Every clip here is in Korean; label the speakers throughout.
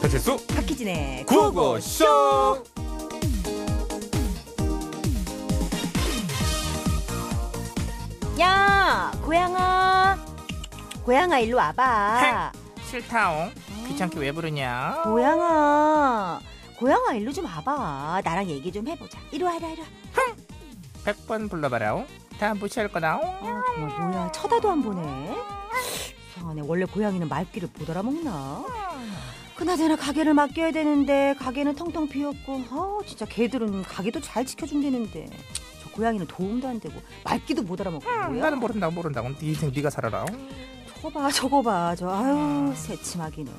Speaker 1: 배칠수
Speaker 2: 박희진의 구호고
Speaker 1: 구호쇼
Speaker 2: 야 고양아 고양아 일로 와봐
Speaker 3: 싫다옹. 귀찮게 왜 부르냐?
Speaker 2: 고양아 고양아 일로 좀 와봐 나랑 얘기 좀 해보자 이리 와라 이리 와
Speaker 3: 100번 불러봐라옹. 다 무시할 거다옹.
Speaker 2: 아, 정말 뭐야 쳐다도 안 보네 이상하네 원래 고양이는 말귀를 못 알아먹나 그나저나 가게를 맡겨야 되는데 가게는 텅텅 비었고 아 진짜 걔들은 가게도 잘 지켜준다는데 저 고양이는 도움도 안 되고 말귀도 못 알아먹고 뭐야
Speaker 3: 음, 나는 모른다옹 모른다옹. 네 인생 네가 살아라옹.
Speaker 2: 저거 봐, 저거 봐. 저
Speaker 1: 음.
Speaker 2: 아유, 새침하기는.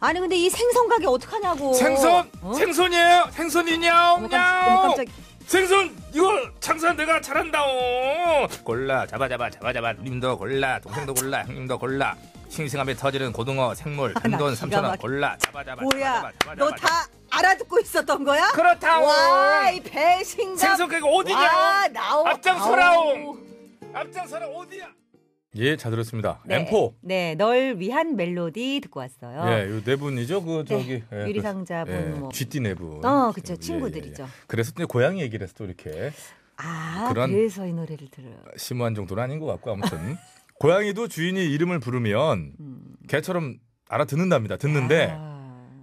Speaker 2: 아니 근데 이 생선 가게 어떡하냐고.
Speaker 1: 생선
Speaker 2: 어?
Speaker 1: 생선이에요 생선이냐옹
Speaker 2: 어머, 깜- 어머, 깜짝.
Speaker 1: 생선 이거 장사 내가 잘한다옹 골라 잡아 잡아 잡아 잡아 님도 골라 동생도 골라 형님도 골라 싱싱함에 터지는 고등어 생물
Speaker 2: 아, 나
Speaker 1: 단돈
Speaker 2: 기가
Speaker 1: 3천원
Speaker 2: 막혀.
Speaker 1: 골라 잡아 잡아
Speaker 2: 뭐야?
Speaker 1: 잡아, 잡아, 잡아,
Speaker 2: 너
Speaker 1: 잡아.
Speaker 2: 다 알아듣고 있었던 거야?
Speaker 1: 그렇다옹
Speaker 2: 와, 이 배신감.
Speaker 1: 생선 그게 어디냐옹
Speaker 2: 아, 나오.
Speaker 1: 앞장서라옹.
Speaker 2: 아우.
Speaker 1: 앞장서라 어디야? 예, 잘 들었습니다.
Speaker 2: 네,
Speaker 1: 엠포.
Speaker 2: 네, 널 위한 멜로디 듣고 왔어요.
Speaker 1: 예, 요네 분이죠. 그 저기 예,
Speaker 2: 유리상자
Speaker 1: 그,
Speaker 2: 분 뭐.
Speaker 1: 쥐띠 네 분.
Speaker 2: 어, 그쵸
Speaker 1: 예,
Speaker 2: 친구들이죠.
Speaker 1: 예, 예. 그래서 이제 고양이 얘기를 해서 또 이렇게
Speaker 2: 아,
Speaker 1: 그런-
Speaker 2: 그래서 이 노래를 들어요.
Speaker 1: 심오한 정도는 아닌 것 같고 아무튼 고양이도 주인이 이름을 부르면
Speaker 2: 음.
Speaker 1: 개처럼 알아듣는답니다. 듣는데
Speaker 2: 아.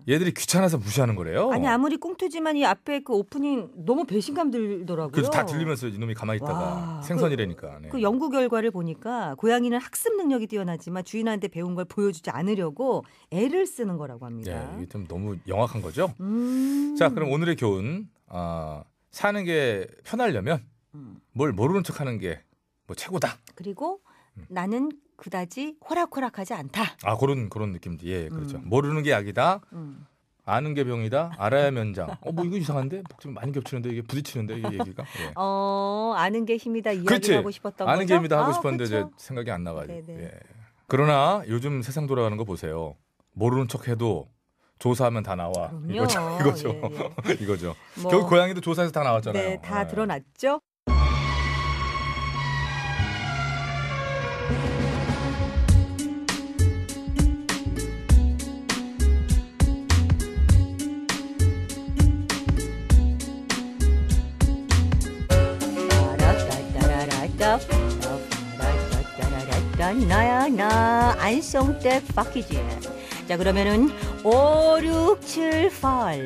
Speaker 1: 얘들이 귀찮아서 무시하는 거래요.
Speaker 2: 아니 아무리 꽁투지만 이 앞에 그 오프닝 너무 배신감 들더라고요.
Speaker 1: 그래서 다 들리면서 이놈이 가만히 있다가
Speaker 2: 와.
Speaker 1: 생선이라니까. 네.
Speaker 2: 그 연구 결과를 보니까 고양이는 학습 능력이 뛰어나지만 주인한테 배운 걸 보여주지 않으려고 애를 쓰는 거라고 합니다.
Speaker 1: 예, 이게 좀 너무 영악한 거죠.
Speaker 2: 음.
Speaker 1: 자, 그럼 오늘의 교훈. 아, 사는 게 편하려면
Speaker 2: 음.
Speaker 1: 뭘 모르는 척하는 게 뭐 최고다.
Speaker 2: 그리고
Speaker 1: 음.
Speaker 2: 나는 그다지 호락호락하지 않다.
Speaker 1: 아 그런 그런 느낌도 예 그렇죠.
Speaker 2: 음.
Speaker 1: 모르는 게 약이다.
Speaker 2: 음.
Speaker 1: 아는 게 병이다. 알아야 면장. 어 뭐 이거 이상한데 복잡 많이 겹치는데 이게 부딪히는데 이게 얘기가. 예.
Speaker 2: 어 아는 게 힘이다 이야기
Speaker 1: 그렇지.
Speaker 2: 하고 싶었던
Speaker 1: 아는
Speaker 2: 거죠?
Speaker 1: 게 힘이다 하고
Speaker 2: 아,
Speaker 1: 싶었는데 이제
Speaker 2: 그렇죠.
Speaker 1: 생각이 안 나가지고.
Speaker 2: 네네.
Speaker 1: 예. 그러나 요즘 세상 돌아가는 거 보세요. 모르는 척해도 조사하면 다 나와.
Speaker 2: 그럼요.
Speaker 1: 이거죠. 이거죠.
Speaker 2: 예,
Speaker 1: 이거죠.
Speaker 2: 뭐,
Speaker 1: 결국 고양이도 조사해서 다 나왔잖아요.
Speaker 2: 네, 다
Speaker 1: 예.
Speaker 2: 드러났죠. 나야 나 안성댁 박희진 자 그러면은 5 6 7 8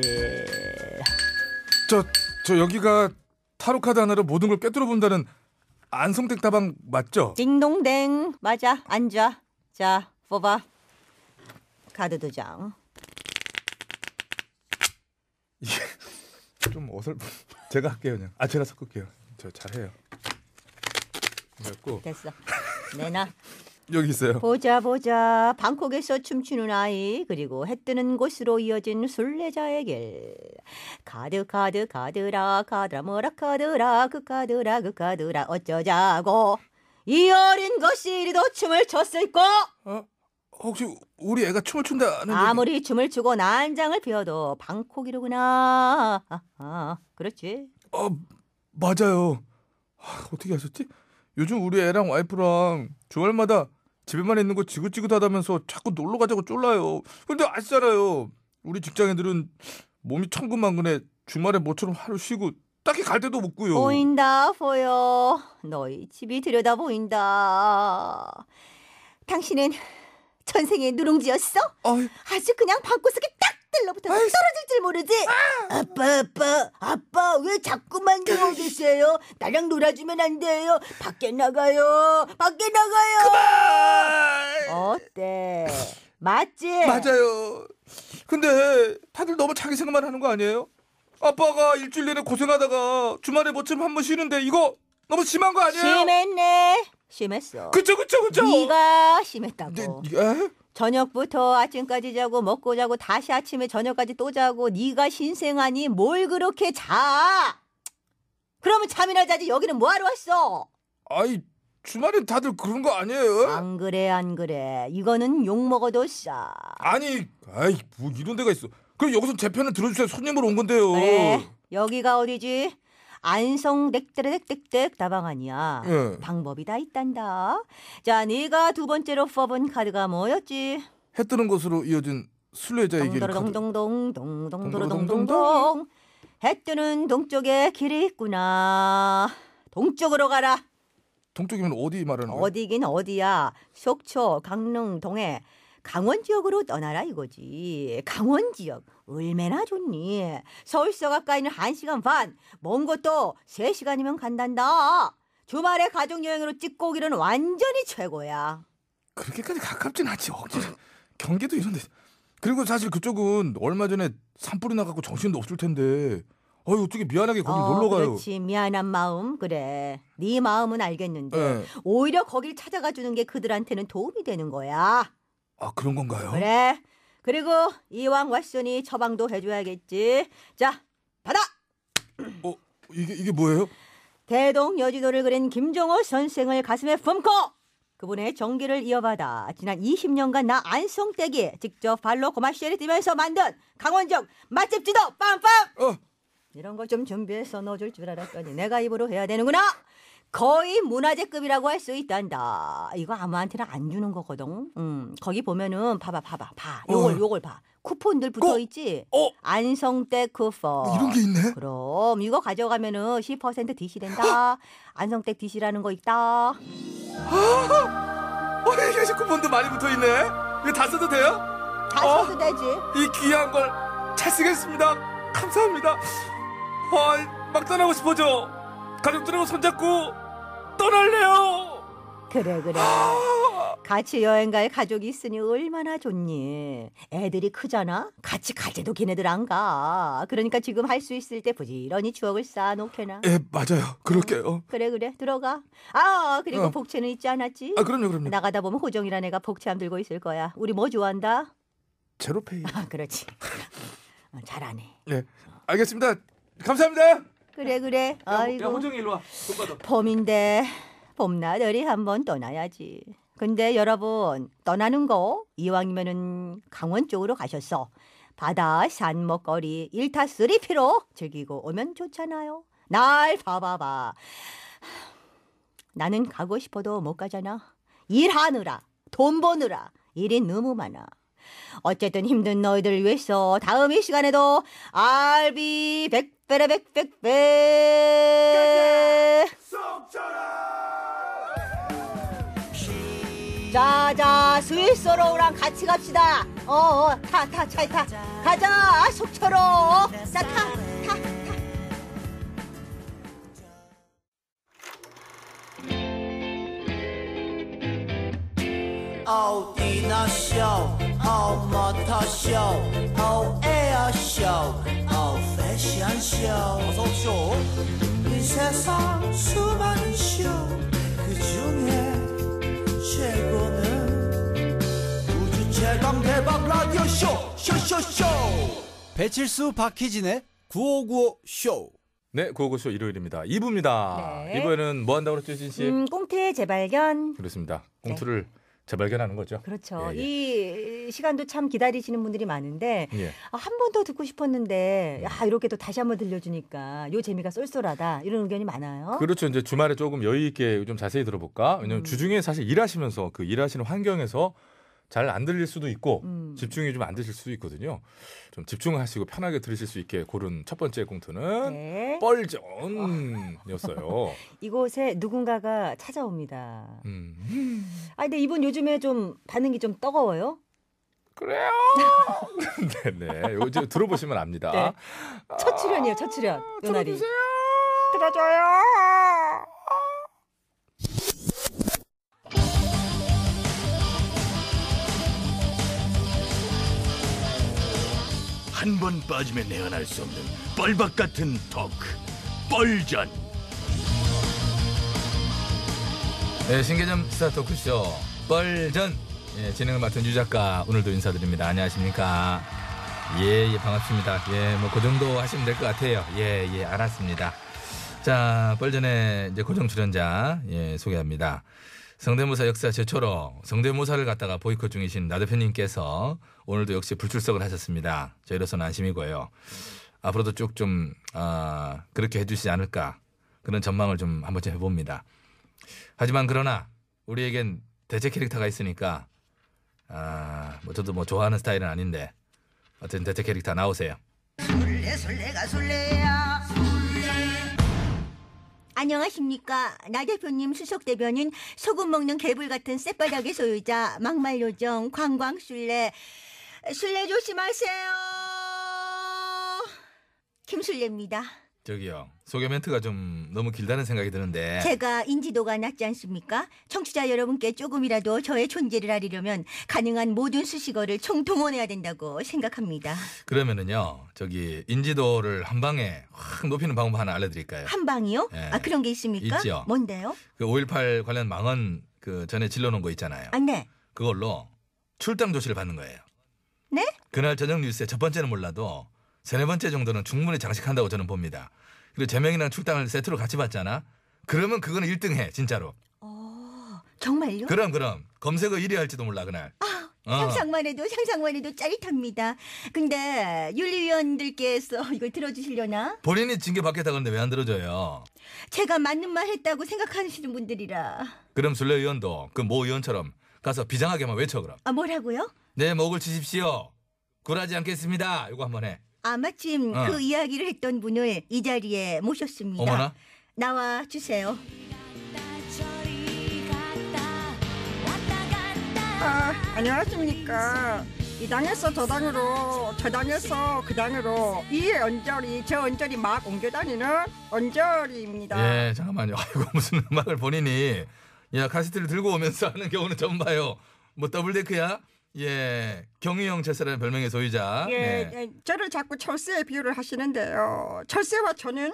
Speaker 1: 저, 저 여기가 타로카드 하나로 모든 걸 꿰뚫어 본다는 안성택 다방 맞죠?
Speaker 2: 딩동댕 맞아 앉아 자 뽑아 카드 두장
Speaker 1: 좀 어설픈. 제가 할게요 그냥. 아 제가 섞을게요. 저 잘해요. 그래갖고
Speaker 2: 됐어 내놔
Speaker 1: 여기 있어요.
Speaker 2: 보자 보자 방콕에서 춤추는 아이 그리고 해 뜨는 곳으로 이어진 순례자의 길 카드 카드 카드라 카드라 뭐라 카드라 그 카드라 그 카드라 어쩌자고 이 어린 것이 이리도 춤을 췄을꼬
Speaker 1: 어? 혹시 우리 애가 춤을 춘다는
Speaker 2: 아무리 춤을 추고 난장을 피워도 방콕이로구나 아, 아, 그렇지
Speaker 1: 얘기- 어 맞아요. 아, 어떻게 아셨지? 요즘 우리 애랑 와이프랑 주말마다 집에만 있는 거 지긋지긋하다면서 자꾸 놀러 가자고 쫄라요. 근데 아시잖아요. 우리 직장인들은 몸이 천근만근해 주말에 모처럼 하루 쉬고 딱히 갈 데도 없고요.
Speaker 2: 보인다 보여 너희 집이 들여다 보인다 당신은 전생에 누룽지였어?
Speaker 1: 아이,
Speaker 2: 아주 그냥 방구석에 딱 들러붙어서
Speaker 1: 아이씨.
Speaker 2: 떨어질 줄 모르지 아빠 아빠 아빠 왜 자꾸만 누워 계세요 나랑 놀아주면 안 돼요 밖에 나가요 밖에 나가요
Speaker 1: 그만! 네.
Speaker 2: 어때 맞지?
Speaker 1: 맞아요. 근데 다들 너무 자기 생각만 하는 거 아니에요? 아빠가 일주일 내내 고생하다가 주말에 뭐쯤 한 번 쉬는데 이거 너무 심한 거 아니에요?
Speaker 2: 심했네 심했어
Speaker 1: 그쵸 그쵸 그쵸.
Speaker 2: 네가 심했다고
Speaker 1: 네, 네,
Speaker 2: 저녁부터 아침까지 자고 먹고 자고 다시 아침에 저녁까지 또 자고 네가 신생아니 뭘 그렇게 자? 그러면 잠이나 자지 여기는 뭐하러 왔어?
Speaker 1: 아이 주말에 다들 그런 거 아니에요?
Speaker 2: 안 그래 안 그래 이거는 욕 먹어도 싸.
Speaker 1: 아니, 아이 뭐 이런 데가 있어. 그럼 여기서 제 편을 들어주세요. 손님으로 온 건데요. 네.
Speaker 2: 그래 여기가 어디지? 안성 넥데렉덱덱 다방 아니야.
Speaker 1: 예.
Speaker 2: 방법이 다 있단다. 자 네가 두 번째로 뽑은 카드가 뭐였지?
Speaker 1: 해 뜨는 것으로 이어진 순례자의 길 가도
Speaker 2: 동도로동동동 동도로동동동
Speaker 1: 동도로동동동.
Speaker 2: 해 뜨는 동쪽에 길이 있구나. 동쪽으로 가라.
Speaker 1: 동쪽이면 어디 말하는 거야?
Speaker 2: 어디긴 어디야. 속초, 강릉, 동해. 강원 지역으로 떠나라 이거지. 강원 지역 얼마나 좋니? 서울서 가까이는 1시간 반, 먼 곳도 3시간이면 간단다. 주말에 가족 여행으로 찍고 오기는 완전히 최고야.
Speaker 1: 그렇게까지 가깝진 않지 억지로 경기도 이런데 그리고 사실 그쪽은 얼마 전에 산불이 나갖고 정신도 없을 텐데 어이 어떻게 미안하게 거기
Speaker 2: 어,
Speaker 1: 놀러 가요?
Speaker 2: 그렇지. 미안한 마음 그래. 네 마음은 알겠는데
Speaker 1: 예.
Speaker 2: 오히려 거길 찾아가 주는 게 그들한테는 도움이 되는 거야.
Speaker 1: 아 그런 건가요?
Speaker 2: 그래. 그리고 이왕 왔으니 처방도 해줘야겠지. 자, 받아.
Speaker 1: 어, 이게 이게 뭐예요?
Speaker 2: 대동 여지도를 그린 김종호 선생을 가슴에 품고 그분의 정기를 이어받아 지난 20년간 나 안성댁이 직접 발로 고마시를 뛰면서 만든 강원적 맛집 지도 빰빰
Speaker 1: 어
Speaker 2: 이런 걸 좀 준비해서 넣어줄 줄 알았더니 내가 입으로 해야 되는구나 거의 문화재급이라고 할 수 있단다 이거 아무한테나 안 주는 거거든 음 거기 보면은 봐봐 봐봐 봐 요걸
Speaker 1: 어.
Speaker 2: 요걸 봐 쿠폰들 붙어있지
Speaker 1: 어.
Speaker 2: 안성댁 쿠폰
Speaker 1: 이런 게 있네?
Speaker 2: 그럼 이거 가져가면은 10% DC 된다. 안성댁 DC라는 거 있다.
Speaker 1: 어 이게 쿠폰도 많이 붙어 있네. 이거 다 써도 돼요?
Speaker 2: 다
Speaker 1: 어?
Speaker 2: 써도 되지.
Speaker 1: 이 귀한 걸 잘 쓰겠습니다. 감사합니다. 아막 떠나고 싶어져. 가족들하고 손잡고 떠날래요. 아,
Speaker 2: 그래 그래. 같이 여행 갈 가족이 있으니 얼마나 좋니. 애들이 크잖아. 같이 갈 때도 걔네들 안 가. 그러니까 지금 할 수 있을 때 부지런히 추억을 쌓아놓게나.
Speaker 1: 예 맞아요. 그럴게요.
Speaker 2: 그래 그래 들어가. 아 그리고
Speaker 1: 어.
Speaker 2: 복채는 있지 않았지.
Speaker 1: 아 그럼요 그럼요.
Speaker 2: 나가다 보면 호정이란 애가 복채함 들고 있을 거야. 우리 뭐 좋아한다?
Speaker 1: 제로페이.
Speaker 2: 아 그렇지. 어, 잘하네.
Speaker 1: 예 알겠습니다. 감사합니다.
Speaker 2: 그래 그래.
Speaker 1: 뭐,
Speaker 2: 아이고.
Speaker 1: 일로 와. 돈 받아.
Speaker 2: 봄인데 봄나들이 한번 떠나야지. 근데 여러분 떠나는 거 이왕이면은 강원 쪽으로 가셔서 바다, 산, 먹거리 일타쓰리 피로 즐기고 오면 좋잖아요. 날 봐봐봐. 나는 가고 싶어도 못 가잖아. 일하느라, 돈 버느라 일이 너무 많아. 어쨌든 힘든 너희들을 위해서 다음 이 시간에도 알비 백배라 백백배 자자 스위스로랑 같이 갑시다 어어 타 타 차에 타 가자 속초로 어, 자타타
Speaker 4: 哦，迪娜秀，哦，模特秀，哦，air show，哦，fashion show，어서 쇼。이 세상 수많은 쇼그 중에 최고는 우주 최강 대박 라디오 쇼, 쇼쇼쇼. 배칠수 박희진의 9595 쇼.
Speaker 5: 어,
Speaker 1: 네, 구호고쇼 일요일입니다. 2부입니다.
Speaker 2: 네.
Speaker 1: 이번에는 뭐 한다고 그랬죠, 진 씨?
Speaker 2: 음 네. 꽁트의 재발견
Speaker 1: 그렇습니다. 공투를 재발견하는 거죠.
Speaker 2: 그렇죠
Speaker 1: 예, 예.
Speaker 2: 이 시간도 참 기다리시는 분들이 많은데 아,
Speaker 1: 예.
Speaker 2: 한 번 더 듣고 싶었는데 야, 이렇게 또 다시 한 번 들려주니까 요 재미가 쏠쏠하다 이런 의견이 많아요
Speaker 1: 그렇죠. 이제 주말에 조금 여유 있게 좀 자세히 들어볼까?
Speaker 2: 음.
Speaker 1: 왜냐면 주중에 사실 일하시면서 그 일하시는 환경에서 잘 안 들릴 수도 있고
Speaker 2: 음.
Speaker 1: 집중이 좀 안 되실 수도 있거든요. 좀 집중하시고 편하게 들으실 수 있게 고른 첫 번째 공투는
Speaker 2: 네.
Speaker 1: 뻘전이었어요.
Speaker 2: 이곳에 누군가가 찾아옵니다.
Speaker 1: 음.
Speaker 2: 아 근데 이분 요즘에 좀 반응이 좀 뜨거워요?
Speaker 1: 그래요. 네네. 요즘 들어보시면 압니다.
Speaker 2: 네. 첫 출연이에요,
Speaker 1: 아,
Speaker 2: 첫 출연. 누나리.
Speaker 6: 한 번 빠지면 내안할 수 없는 뻘박 같은 토크 뻘전
Speaker 1: 네, 신개념 스타 토크쇼 뻘전 예, 진행을 맡은 유 작가 오늘도 인사드립니다. 안녕하십니까? 예, 예 반갑습니다. 예, 뭐 그 정도 하시면 될 것 같아요. 예, 예 알았습니다. 자, 뻘전의 이제 고정 출연자 예, 소개합니다. 성대모사 역사 최초로 성대모사를 갖다가 보이콧 중이신 나 대표님께서 오늘도 역시 불출석을 하셨습니다. 저희로서는 안심이고요. 앞으로도 쭉 좀 아, 그렇게 해주시지 않을까 그런 전망을 좀 한번 좀 해봅니다. 하지만 그러나 우리에겐 대체 캐릭터가 있으니까 아, 뭐 저도 뭐 좋아하는 스타일은 아닌데 하여튼 대체 캐릭터 나오세요.
Speaker 2: 안녕하십니까. 나 대표님 수석 대변인 소금 먹는 개불 같은 쌔바닥의 소유자 막말 요정 관광 술래 술래 조심하세요. 김술래입니다.
Speaker 1: 저기요 소개 멘트가 좀 너무 길다는 생각이 드는데
Speaker 2: 제가 인지도가 낮지 않습니까? 청취자 여러분께 조금이라도 저의 존재를 알리려면 가능한 모든 수식어를 총동원해야 된다고 생각합니다.
Speaker 1: 그러면은요 저기 인지도를 한 방에 확 높이는 방법 하나 알려드릴까요?
Speaker 2: 한 방이요?
Speaker 1: 예.
Speaker 2: 아 그런 게 있습니까?
Speaker 1: 있죠.
Speaker 2: 뭔데요?
Speaker 1: 그 5.18 관련 망언 그 전에 질러놓은 거 있잖아요.
Speaker 2: 아 네.
Speaker 1: 그걸로 출당 조치를 받는 거예요.
Speaker 2: 네?
Speaker 1: 그날 저녁 뉴스에 첫 번째는 몰라도 세네 번째 정도는 충분히 장식한다고 저는 봅니다. 그리고 제명이랑 출당을 세트로 같이 봤잖아. 그러면 그거는 1등해 진짜로.
Speaker 2: 어 정말요?
Speaker 1: 그럼 그럼 검색어 1위 할지도 몰라 그날. 어.
Speaker 2: 상상만 해도 상상만 해도 짜릿합니다. 근데 윤리위원들께서 이걸 들어주시려나?
Speaker 1: 본인이 징계 받겠다 그러는데 왜 안 들어줘요?
Speaker 2: 제가 맞는 말 했다고 생각하시는 분들이라.
Speaker 1: 그럼 순례 의원도 그 모 의원처럼 가서 비장하게만 외쳐 그럼.
Speaker 2: 아 뭐라고요?
Speaker 1: 내 목을 치십시오. 굴하지 않겠습니다. 이거 한번 해.
Speaker 2: 아 마침
Speaker 1: 어.
Speaker 2: 그 이야기를 했던 분을 이 자리에 모셨습니다.
Speaker 1: 어머나.
Speaker 2: 나와 주세요.
Speaker 5: 아, 안녕하십니까. 이 당에서 저 당으로, 저 당에서 그 당으로, 이 언저리, 저 언저리 막 옮겨다니는 언저리입니다.
Speaker 1: 예, 잠깐만요. 아이고 무슨 음악을 본인이 야 카세트를 들고 오면서 하는 경우는 처음 봐요. 뭐 더블데크야? 예, 경희형 채스라는 별명의 소유자.
Speaker 5: 예,
Speaker 1: 네.
Speaker 5: 예, 저를 자꾸 철새에 비유를 하시는데요. 철새와 저는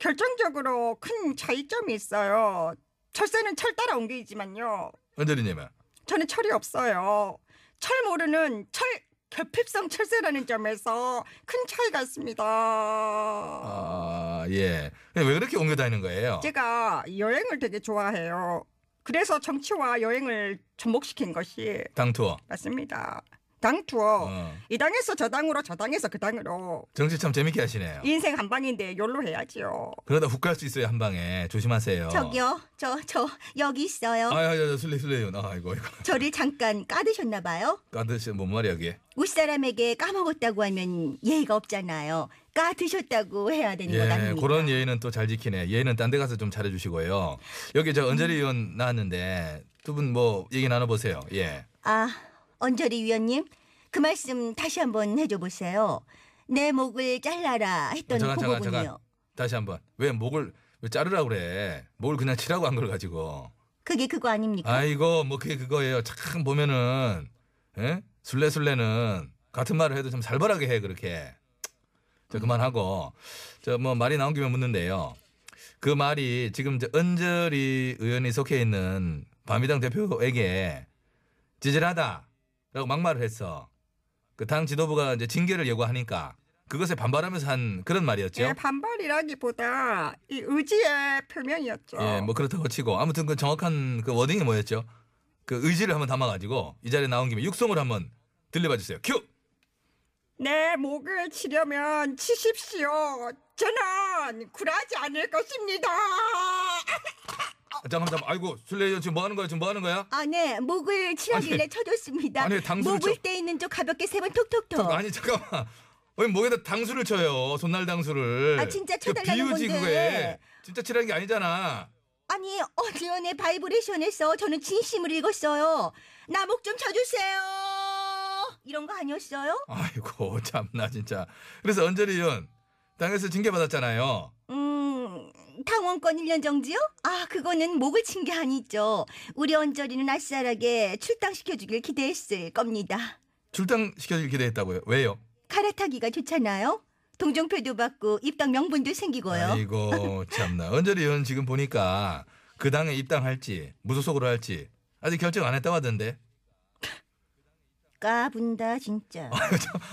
Speaker 5: 결정적으로 큰 차이점이 있어요. 철새는 철 따라 옮기지만요.
Speaker 1: 언저리님은
Speaker 5: 저는 철이 없어요. 철 모르는 철 결핍성 철새라는 점에서 큰 차이가 있습니다.
Speaker 1: 아, 예. 왜 그렇게 옮겨 다니는 거예요?
Speaker 5: 제가 여행을 되게 좋아해요. 그래서 정치와 여행을 접목시킨 것이
Speaker 1: 당 투어.
Speaker 5: 맞습니다. 당 투어.
Speaker 1: 어.
Speaker 5: 이 당에서 저 당으로 저 당에서 그 당으로
Speaker 1: 정치 참 재밌게 하시네요.
Speaker 5: 인생 한 방인데 열로 해야지요.
Speaker 1: 그러다 훅 갈 수 있어요 한 방에 조심하세요.
Speaker 2: 저기요. 저 저 여기 있어요.
Speaker 1: 어. 아야야 술래 술래요. 아 이거 이거
Speaker 2: 저를 잠깐 까드셨나 봐요.
Speaker 1: 까드시 뭔 말이야 이게?
Speaker 2: 윗사람에게 까먹었다고 하면 예의가 없잖아요. 까드셨다고 해야 되는 것
Speaker 1: 예,
Speaker 2: 아닙니까?
Speaker 1: 그런 예의는 또 잘 지키네. 예의는 딴 데 가서 좀 잘해주시고요. 여기 저
Speaker 2: 음.
Speaker 1: 언저리 의원 나왔는데 두 분 뭐 얘기 나눠보세요. 예.
Speaker 2: 아, 언저리 위원님, 그 말씀 다시 한번 해줘 보세요. 내 목을 잘라라 했던
Speaker 1: 아, 잠깐, 잠깐,
Speaker 2: 그거군요.
Speaker 1: 잠깐. 다시 한번 왜 목을 왜 자르라 그래? 목을 그냥 치라고 한 걸 가지고.
Speaker 2: 그게 그거 아닙니까?
Speaker 1: 아이고 뭐 그게 그거예요. 참 보면은 예? 술래술래는 같은 말을 해도 좀 살벌하게 해 그렇게. 자 그만하고 저 뭐 말이 나온 김에 묻는데요. 그 말이 지금 저 은절이 의원이 속해 있는 바미당 대표에게 지질하다라고 막말을 했어. 그 당 지도부가 이제 징계를 예고하니까 그것에 반발하면서 한 그런 말이었죠.
Speaker 2: 네,
Speaker 5: 예, 반발이라기보다 이 의지의 표명이었죠.
Speaker 2: 아.
Speaker 1: 예, 뭐 그렇다고 치고 아무튼 그 정확한 그 워딩이 뭐였죠? 그 의지를 한번 담아가지고 이 자리에 나온 김에 육성을 한번 들려봐 주세요. 큐.
Speaker 5: 내 목을 치려면 치십시오. 저는 굴하지 않을 것입니다.
Speaker 1: 아, 잠깐만, 잠깐만. 아이고 술래 의원 지금 뭐 하는 거야? 지금 뭐 하는 거야?
Speaker 2: 아, 네, 목을 치라길래
Speaker 1: 아니,
Speaker 2: 쳐줬습니다.
Speaker 1: 아니, 당수를
Speaker 2: 목을
Speaker 1: 쳐-
Speaker 2: 떼이는 쪽 가볍게 세 번 톡톡톡.
Speaker 1: 아니 잠깐만. 왜 목에다 당수를 쳐요? 손날 당수를.
Speaker 2: 아, 진짜
Speaker 1: 그
Speaker 2: 쳐달라는
Speaker 1: 비유지
Speaker 2: 건데.
Speaker 1: 그게. 진짜 치라는 게 아니잖아.
Speaker 2: 아니, 어지연의 바이브레이션에서 저는 진심을 읽었어요. 나 목 좀 쳐주세요. 이런 거 아니었어요?
Speaker 1: 아이고 참나 진짜. 그래서 언저리 의원 당에서 징계 받았잖아요.
Speaker 2: 음, 당원권 1년 정지요? 아, 그거는 목을 친 게 아니죠. 우리 언저리는 아싸하게 출당시켜주길 기대했을 겁니다.
Speaker 1: 출당 시켜줄 기대했다고요. 왜요?
Speaker 2: 갈아타기가 좋잖아요. 동정표도 받고 입당 명분도 생기고요.
Speaker 1: 아이고 참나 언저리 의원 지금 보니까 그 당에 입당할지 무소속으로 할지 아직 결정 안 했다고 하던데
Speaker 2: 까분다 진짜.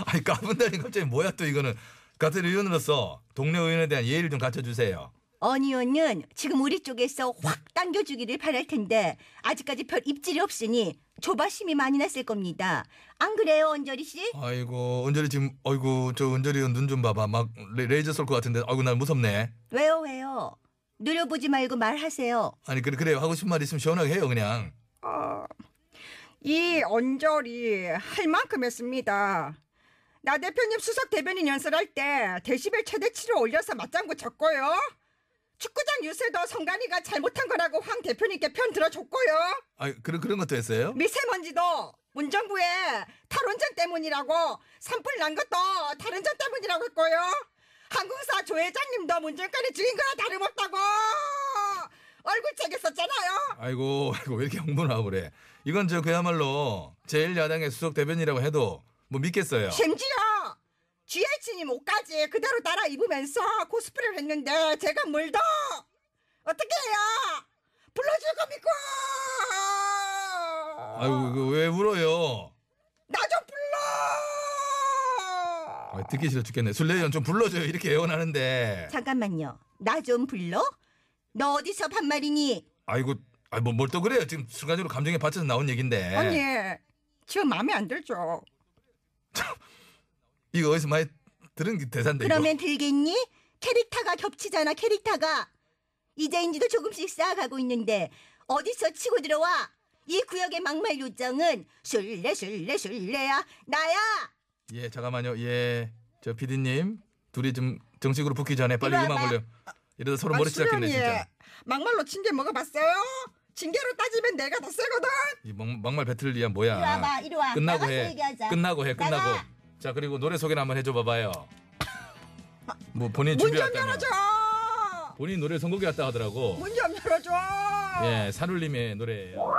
Speaker 1: 아니 까분다니 갑자기 뭐야 또 이거는 같은 의원으로서 동료 의원에 대한 예의를 좀 갖춰주세요
Speaker 2: 언니언은 지금 우리 쪽에서 확 당겨주기를 바랄 텐데 아직까지 별 입질이 없으니 조바심이 많이 났을 겁니다. 안 그래요, 언저리 씨?
Speaker 1: 아이고 언저리 지금 아이고 저 언저리 의원 눈 좀 봐봐 막 레, 레이저 쏠 것 같은데 아이고 난 무섭네
Speaker 2: 왜요, 왜요? 누려보지 말고 말하세요.
Speaker 1: 아니 그래 그래요 하고 싶은 말 있으면 시원하게 해요 그냥
Speaker 5: 어, 이 언저리 할 만큼 했습니다. 나 대표님 수석 대변인 연설할 때 데시벨 최대치를 올려서 맞장구 쳤고요. 축구장 뉴스도 성관이가 잘못한 거라고 황 대표님께 편 들어줬고요.
Speaker 1: 아 그런 그런 것도 했어요?
Speaker 5: 미세먼지도 문정부의 탈원전 때문이라고 산불 난 것도 탈원전 때문이라고 했고요. 항공사 조 회장님도 문정권이 죽인 거나 다름없다고 얼굴책에 썼잖아요.
Speaker 1: 아이고, 아이고 왜 이렇게 홍보를 하고 그래? 이건 저 그야말로 제일 야당의 수석 대변이라고 해도 뭐 믿겠어요.
Speaker 5: 심지어 GH님 옷까지 그대로 따라 입으면서 코스프레를 했는데 제가 뭘 더 어떻게 해요? 불러줄 거 믿고
Speaker 1: 아이고 이거 왜 울어요?
Speaker 5: 나 좀 불러
Speaker 1: 아, 듣기 싫어 죽겠네. 술래연 좀 불러줘요. 이렇게 애원하는데.
Speaker 2: 잠깐만요. 나 좀 불러? 너 어디서 반말이니?
Speaker 1: 아이고, 아이 뭐뭘 또 그래요? 지금 순간적으로 감정에 받쳐서 나온 얘긴데.
Speaker 5: 언니 예. 지금 마음에 안 들죠?
Speaker 1: 이거 어디서 많이 들은 게 대사인데. 이거.
Speaker 2: 그러면 들겠니? 캐릭터가 겹치잖아, 캐릭터가. 이제인지도 조금씩 쌓아가고 있는데 어디서 치고 들어와? 이 구역의 막말 요정은 술래 술래 술래야 나야.
Speaker 1: 예, 잠깐만요. 예, 저 PD님 둘이 좀 정식으로 붙기 전에 빨리
Speaker 2: 이리
Speaker 1: 음악
Speaker 2: 와봐.
Speaker 1: 올려. 이러다 서로 머리 시작했네
Speaker 5: 아, 수련이
Speaker 1: 진짜.
Speaker 5: 막말로 징계 먹어봤어요? 징계로 따지면 내가 더 세거든
Speaker 1: 이 막, 막말 배틀이야 뭐야.
Speaker 2: 이리 와봐, 이리 와.
Speaker 1: 아, 끝나고
Speaker 2: 나가서
Speaker 1: 해.
Speaker 2: 얘기하자.
Speaker 1: 끝나고 해. 끝나고.
Speaker 2: 나가.
Speaker 1: 자 그리고 노래 소개를 한번 해줘 봐봐요. 뭐 본인
Speaker 5: 문 좀
Speaker 1: 준비했다며.
Speaker 5: 열어줘
Speaker 1: 본인 노래 선곡이 왔다 하더라고.
Speaker 5: 문 좀 열어줘
Speaker 1: 예, 산울림의 노래예요.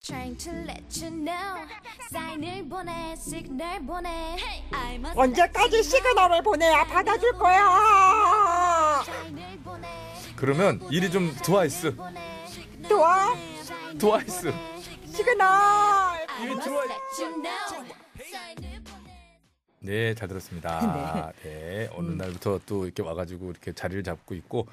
Speaker 7: Trying to let you know. 사인을 보내, 시그널 보내. I must
Speaker 5: 언제까지
Speaker 7: let you know.
Speaker 5: 시그널을 보내야 받아줄 거야
Speaker 7: 사인을 보내.
Speaker 4: 그러면 일이 좀 트와이스.
Speaker 5: 도와?
Speaker 4: 트와이스.
Speaker 5: 시그널
Speaker 7: 일이 좋아.
Speaker 1: 네, 잘 들었습니다. 네, 어느
Speaker 2: 음.
Speaker 1: 날부터 또 이렇게 와가지고 이렇게 자리를 잡고 있고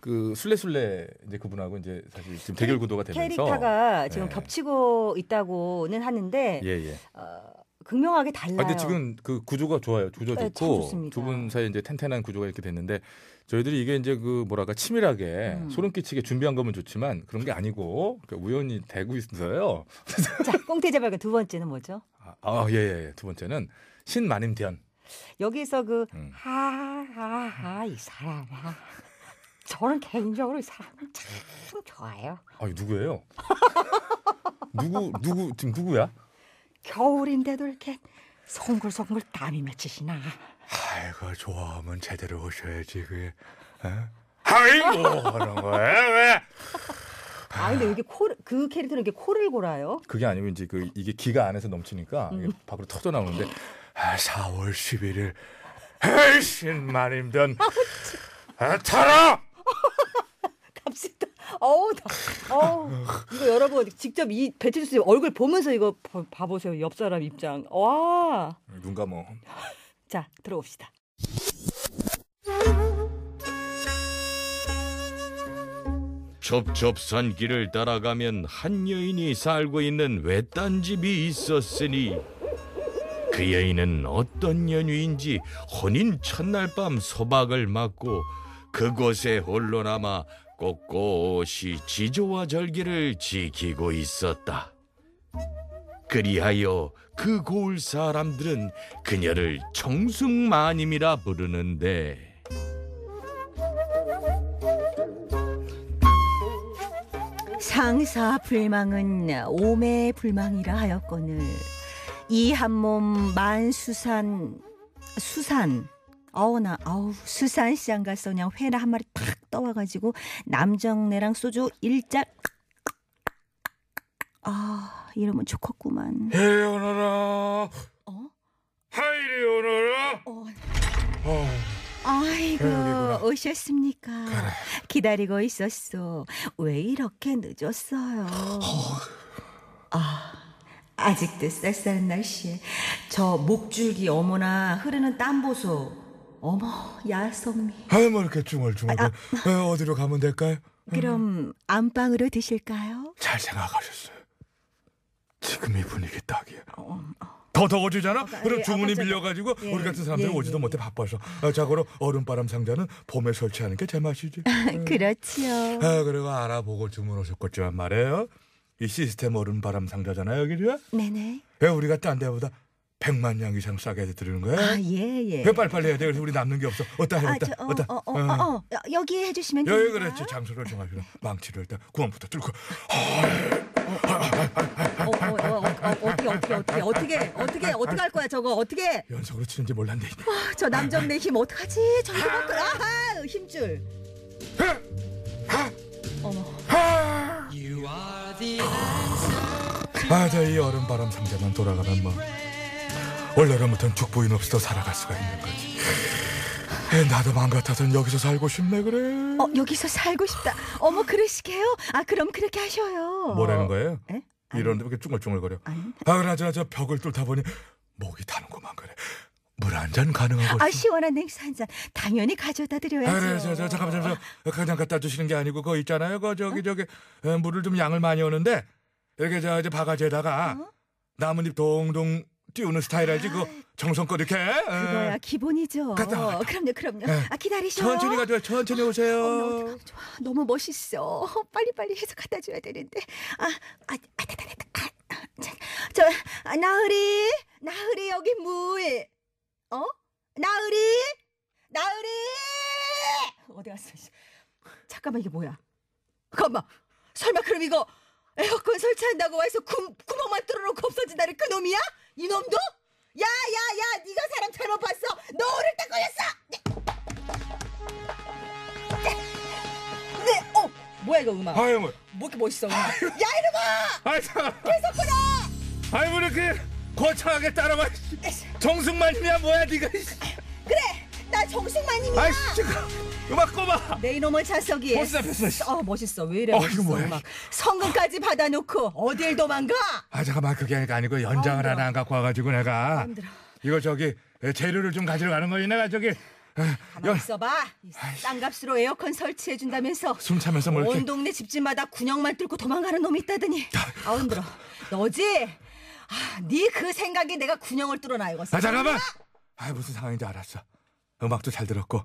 Speaker 1: 그 술래술래 이제 그분하고 이제 사실 지금 대결 구도가 되면서
Speaker 2: 캐릭터가 지금
Speaker 1: 네.
Speaker 2: 겹치고 있다고는 하는데
Speaker 1: 예 예.
Speaker 2: 어, 극명하게 달라요.
Speaker 1: 아, 근데 지금 그 구조가 좋아요. 구조
Speaker 2: 네, 참
Speaker 1: 좋고
Speaker 2: 좋습니다.
Speaker 1: 두 분 사이 이제 텐텐한 구조가 이렇게 됐는데 저희들이 이게 이제 그 뭐랄까 치밀하게
Speaker 2: 음.
Speaker 1: 소름 끼치게 준비한 거면 좋지만 그런 게 아니고 그러니까 우연히 되고 있어요.
Speaker 2: 자, 꽁태제 발견 두 번째는 뭐죠?
Speaker 1: 아, 아, 예, 예, 예. 두 번째는 신마님대현.
Speaker 2: 여기서 그
Speaker 1: 음.
Speaker 2: 하하하 이 사람아. 저는 개인적으로 이 사람을 참 좋아요.
Speaker 1: 아, 누구예요? 누구 누구 지금 누구야?
Speaker 2: 겨울인데도 이렇게 송글송글 땀이 맺히시나.
Speaker 4: 아이고 좋아하면 제대로 오셔야지 그. 아이고 그런 거야 왜?
Speaker 2: 아 근데 여기 코그 캐릭터는 이렇게 코를 골아요.
Speaker 1: 그게 아니고 이제 그 이게 기가 안에서 넘치니까
Speaker 2: 음.
Speaker 1: 이게 밖으로 터져 나오는데
Speaker 4: 아, 4월 11일 에이 신마님든 아, 타라.
Speaker 2: 갑시다. 어우, 나- 어우. 이거 여러분 직접 이 배치수 얼굴 보면서 이거 봐- 봐보세요. 옆 사람 입장. 와.
Speaker 1: 눈 감어.
Speaker 2: 자 들어봅시다.
Speaker 6: 첩첩산길을 따라가면 한 여인이 살고 있는 외딴 집이 있었으니 그 여인은 어떤 연유인지 혼인 첫날 밤 소박을 맞고 그곳에 홀로 남아 꼿꼿이 지조와 절기를 지키고 있었다. 그리하여 그 고을 사람들은 그녀를 청승마님이라 부르는데
Speaker 2: 상사 불망은 오매 불망이라 하였거늘 이 한몸 만수산 수산 어우 나 아우 수산시장 가서 그냥 회나 한 마리 탁 떠와가지고 남정네랑 소주 일잔 아 이러면 좋겠구만
Speaker 4: 이리 오너라.
Speaker 2: 어?
Speaker 4: 하이리 오너라.
Speaker 2: 어.
Speaker 4: 어.
Speaker 2: 아이고
Speaker 4: 여기구나.
Speaker 2: 오셨습니까 기다리고 있었어 왜 이렇게 늦었어요 아 아직도 쌀쌀한 날씨에 저 목줄기 어머나 흐르는 땀 보소 어머 야성미
Speaker 4: 아이 뭐 이렇게 중얼중얼.
Speaker 2: 아,
Speaker 4: 에, 어디로 가면 될까요?
Speaker 2: 그럼 안방으로 드실까요?
Speaker 4: 잘 생각하셨어요. 지금 이 분위기 딱이야. 더 더워지잖아. 그럼
Speaker 2: 예,
Speaker 4: 주문이
Speaker 2: 아, 깜짝이야.
Speaker 4: 밀려가지고
Speaker 2: 예,
Speaker 4: 우리 같은 사람들은
Speaker 2: 예,
Speaker 4: 오지도
Speaker 2: 예,
Speaker 4: 못해 바빠서. 아, 자고로 얼음바람 상자는 봄에 설치하는 게 제맛이지.
Speaker 2: 그렇지요
Speaker 4: 아, 그리고 알아보고 주문하셨겠지만 말이에요. 이 시스템 얼음바람 상자잖아요, 그죠?
Speaker 2: 네네
Speaker 4: 왜 우리가 딴 데보다
Speaker 1: 백만 양이상 싸게 드리는 거야?
Speaker 5: 아, 예, 예.
Speaker 1: 그래 빨리 빨리 해야 돼. 그래서 우리 남는 게 없어. 어따 해,
Speaker 5: 아,
Speaker 1: 어따,
Speaker 5: 저, 어,
Speaker 1: 어따.
Speaker 5: 어, 어, 어, 어, 여- 여기 그렇죠. 해주시면
Speaker 1: 여, 여
Speaker 5: 됩니다.
Speaker 1: 그래. 저 장소를 정하시라. 망치를 일단 구멍부터 뚫고.
Speaker 4: 아,
Speaker 2: 어, 어, 어, 어, 어, 어떻게 어떻게 어떻게 어떻게 어떻게 어떻게 할 거야 저거 어떻게?
Speaker 1: 연속으로 치는지 몰랐네.
Speaker 2: 아, 저 남정네 힘 어떡하지? 저거 못 끌어. 아하 힘줄.
Speaker 1: 아자 이 여름 바람 상자만 돌아가면 뭐 올여름부터는 죽부인 없이도 살아갈 수가 있는 거지. 에, 나도 맘 같아선 여기서 살고 싶네 그래.
Speaker 5: 어, 여기서 살고 싶다. 어머, 그러시게요? 아, 그럼 그렇게 하셔요.
Speaker 1: 뭐라는 거예요?
Speaker 5: 어. 에?
Speaker 1: 이러는데 왜 이렇게 쭝얼쭝얼거려?
Speaker 5: 아니.
Speaker 1: 아 그나저나 저 벽을 뚫다 보니 목이 타는구만 그래. 물 한 잔 가능하고. 아,
Speaker 5: 아, 시원한 냉수 한 잔. 당연히 가져다 드려야죠.
Speaker 1: 그래, 저, 저, 잠깐만, 잠깐만. 그냥 갖다 주시는 게 아니고, 그거 있잖아요. 그,
Speaker 5: 어?
Speaker 1: 저기, 저기, 에, 물을 좀 양을 많이 오는데, 이렇게, 저, 이제 바가지에다가,
Speaker 5: 어?
Speaker 1: 나뭇잎 동동 띄우는 스타일 알지? 그거 정성껏 이렇게. 에.
Speaker 5: 아. 그거야 기본이죠.
Speaker 1: 갔다 와, 갔다 와.
Speaker 5: 그럼요, 그럼요.
Speaker 1: 네.
Speaker 5: 아, 기다리셔요. 어,
Speaker 1: 천천히 가져와,
Speaker 2: 아,
Speaker 1: 천천히 오세요.
Speaker 5: 좋아, 너무 멋있어. 빨리 빨리 해서 갖다 줘야 되는데. 아, 아, 아, 됐다, 됐다. 아, 아, 참. 저, 아, 나으리, 나으리 여기 물. 어? 나으리, 나으리.
Speaker 2: 어디 갔어? 씨. 잠깐만 이게 뭐야? 잠깐만. 설마 그럼 이거 에어컨 설치한다고 해서 구, 구멍만 뚫어놓고 없어진다는 그 놈이야? 이 놈도? 야야야, 네가 사람 잘못 봤어. 너 오를 때 걸렸어. 네. 네. 네. 어, 뭐야 이거 음악?
Speaker 1: 아유, 뭐.
Speaker 2: 뭐 이렇게 멋있어? 음악. 야 이놈아!
Speaker 1: 아이, 참. 아이, 뭐 이렇게 거창하게 따라와. 씨. 정승만이냐, 뭐야, 니가.
Speaker 2: 그래, 나 정승만님이야.
Speaker 1: 아이, 씨. 음악 꼽아.
Speaker 2: 내 이놈을 자석이.
Speaker 1: 버스 앞에서, 씨.
Speaker 2: 어 멋있어 왜 이래?
Speaker 1: 어,
Speaker 2: 멋있어,
Speaker 1: 이거 뭐야,
Speaker 2: 음악. 성금까지 받아놓고 어딜 도망가?
Speaker 1: 아, 잠깐만, 그게 아니고, 연장을 하나 안 갖고 와가지고, 내가. 이거 저기, 에, 재료를 좀 가지러 가는 거지, 내가 저기.
Speaker 2: 가만 있어봐. 이 싼값으로 에어컨 설치해 준다면서
Speaker 1: 숨 차면서 뭐 이렇게
Speaker 2: 온 동네 집집마다 군영만 뚫고 도망가는 놈이 있다더니. 아우 힘들어. 너지? 아, 네 그 생각이 내가 군영을 뚫어놔 이거서.
Speaker 1: 아 잠깐만 아 무슨 상황인지 알았어 음악도 잘 들었고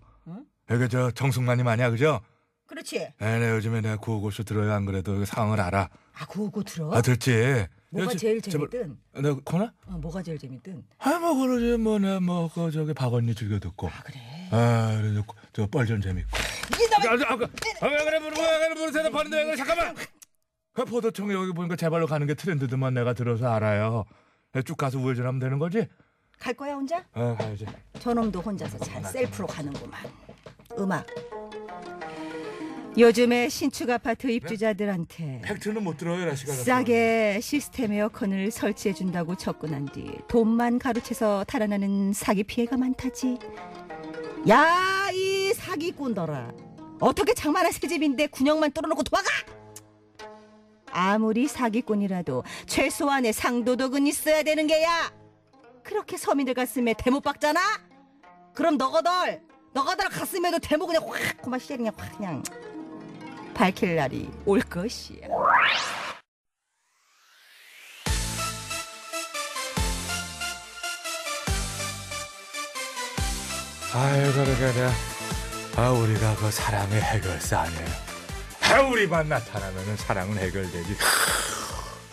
Speaker 1: 여기 저 정승만님 아니야 그죠?
Speaker 2: 그렇지.
Speaker 1: 에네 요즘에 내가 구호고쇼 들어요 안 그래도 이거 상황을 알아
Speaker 2: 아 그거 들어.
Speaker 1: 아 들지
Speaker 2: 뭐가
Speaker 1: 야, 저-
Speaker 2: 제일
Speaker 1: 저 뭐-
Speaker 2: 재밌든.
Speaker 1: 내 코너?
Speaker 2: 어, 뭐가 제일 재밌든.
Speaker 1: 아뭐 그러지 뭐내뭐그 저기 박언니 즐겨 듣고 아
Speaker 2: 그래.
Speaker 1: 아 그래 저 뻘전 재밌고
Speaker 2: 이 놈의
Speaker 1: 아왜 아, 그- 아, 왜 그래 무슨 왜 그래 무슨 대답하는데 왜 그래 잠깐만 그 포도청 여기 보니까 제발로 가는 게 트렌드드만 내가 들어서 알아요 쭉 가서 우회전하면 되는 거지?
Speaker 2: 갈 거야 혼자?
Speaker 1: 아 가야지
Speaker 2: 저놈도 혼자서 잘 셀프로 가는구만. 음악. 요즘에 신축 아파트 입주자들한테
Speaker 1: 팩트는 못 들어요 라시가
Speaker 2: 싸게 시스템 에어컨을 설치해 준다고 접근한 뒤 돈만 가로채서 달아나는 사기 피해가 많다지. 야, 이 사기꾼더라. 어떻게 장만한 새 집인데 군형만 뚫어놓고 도망가? 아무리 사기꾼이라도 최소한의 상도덕은 있어야 되는 게야. 그렇게 서민들 가슴에 대못 박잖아. 그럼 너거들, 너거들 가슴에도 대못 그냥 확 고마 씨야 그냥 확 그냥 밝힐 날이 올 것이야.
Speaker 1: 아유 그러게 내가 아 우리가 그 사랑의 해결사 아니에요 아 우리만 나타나면은 사랑은 해결되지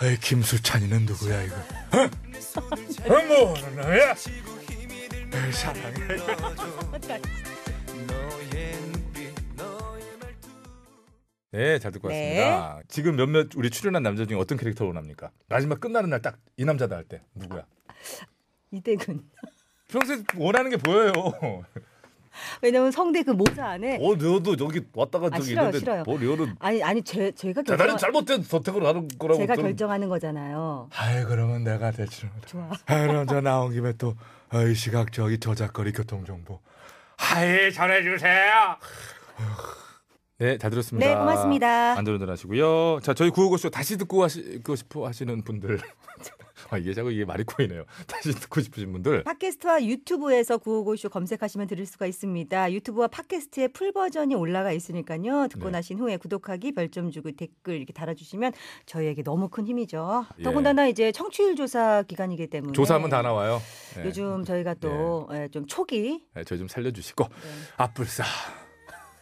Speaker 1: 아이 김수찬이는 누구야 이거 어? 어 뭐하는 놈이야 에이, 사랑의 해결사 네, 잘 듣고 왔습니다. 지금 몇몇 우리 출연한 남자 중에 어떤 캐릭터로 원합니까? 마지막 끝나는 날 딱 이 남자다 할 때 누구야?
Speaker 5: 이대근.
Speaker 1: 평소에 원하는 게 보여요.
Speaker 5: 왜냐면 성대 그 모자 안에
Speaker 8: 어, 너도 여기 왔다가
Speaker 5: 아,
Speaker 8: 저기
Speaker 5: 싫어요,
Speaker 8: 있는데
Speaker 5: 싫어요.
Speaker 8: 뭐 너는
Speaker 5: 아니 아니 제 제가
Speaker 8: 대단히
Speaker 5: 결정
Speaker 8: 잘못된 선택을 하는 거라고
Speaker 5: 제가
Speaker 8: 저는
Speaker 5: 결정하는 거잖아요.
Speaker 1: 아이 그러면 내가 대충
Speaker 5: 좋아.
Speaker 1: 아, 그럼 저 나온 김에 또 어, 이 시각 저기 저작거리 교통정보 하이 전해주세요. 네, 다 들었습니다.
Speaker 5: 네, 고맙습니다.
Speaker 1: 안전운전 하시고요. 자, 저희 구호고쇼 다시 듣고 하시고 싶어 하시는 분들. 아, 이게 자꾸 이게 말이 꼬이네요. 다시 듣고 싶으신 분들.
Speaker 5: 팟캐스트와 유튜브에서 구호고쇼 검색하시면 들을 수가 있습니다. 유튜브와 팟캐스트의 풀 버전이 올라가 있으니까요. 듣고
Speaker 1: 네.
Speaker 5: 나신 후에 구독하기, 별점 주고 댓글 이렇게 달아주시면 저희에게 너무 큰 힘이죠.
Speaker 1: 예.
Speaker 5: 더군다나 이제 청취율 조사 기간이기 때문에
Speaker 1: 조사하면 네. 다 나와요. 예.
Speaker 5: 요즘 저희가 또 좀 초기
Speaker 1: 예, 저희 좀 살려주시고. 앞불사.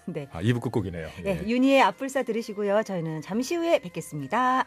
Speaker 5: 네.
Speaker 1: 아, 2부 끝곡이네요. 예.
Speaker 5: 예, 윤희의 앞불사 들으시고요. 저희는 잠시 후에 뵙겠습니다.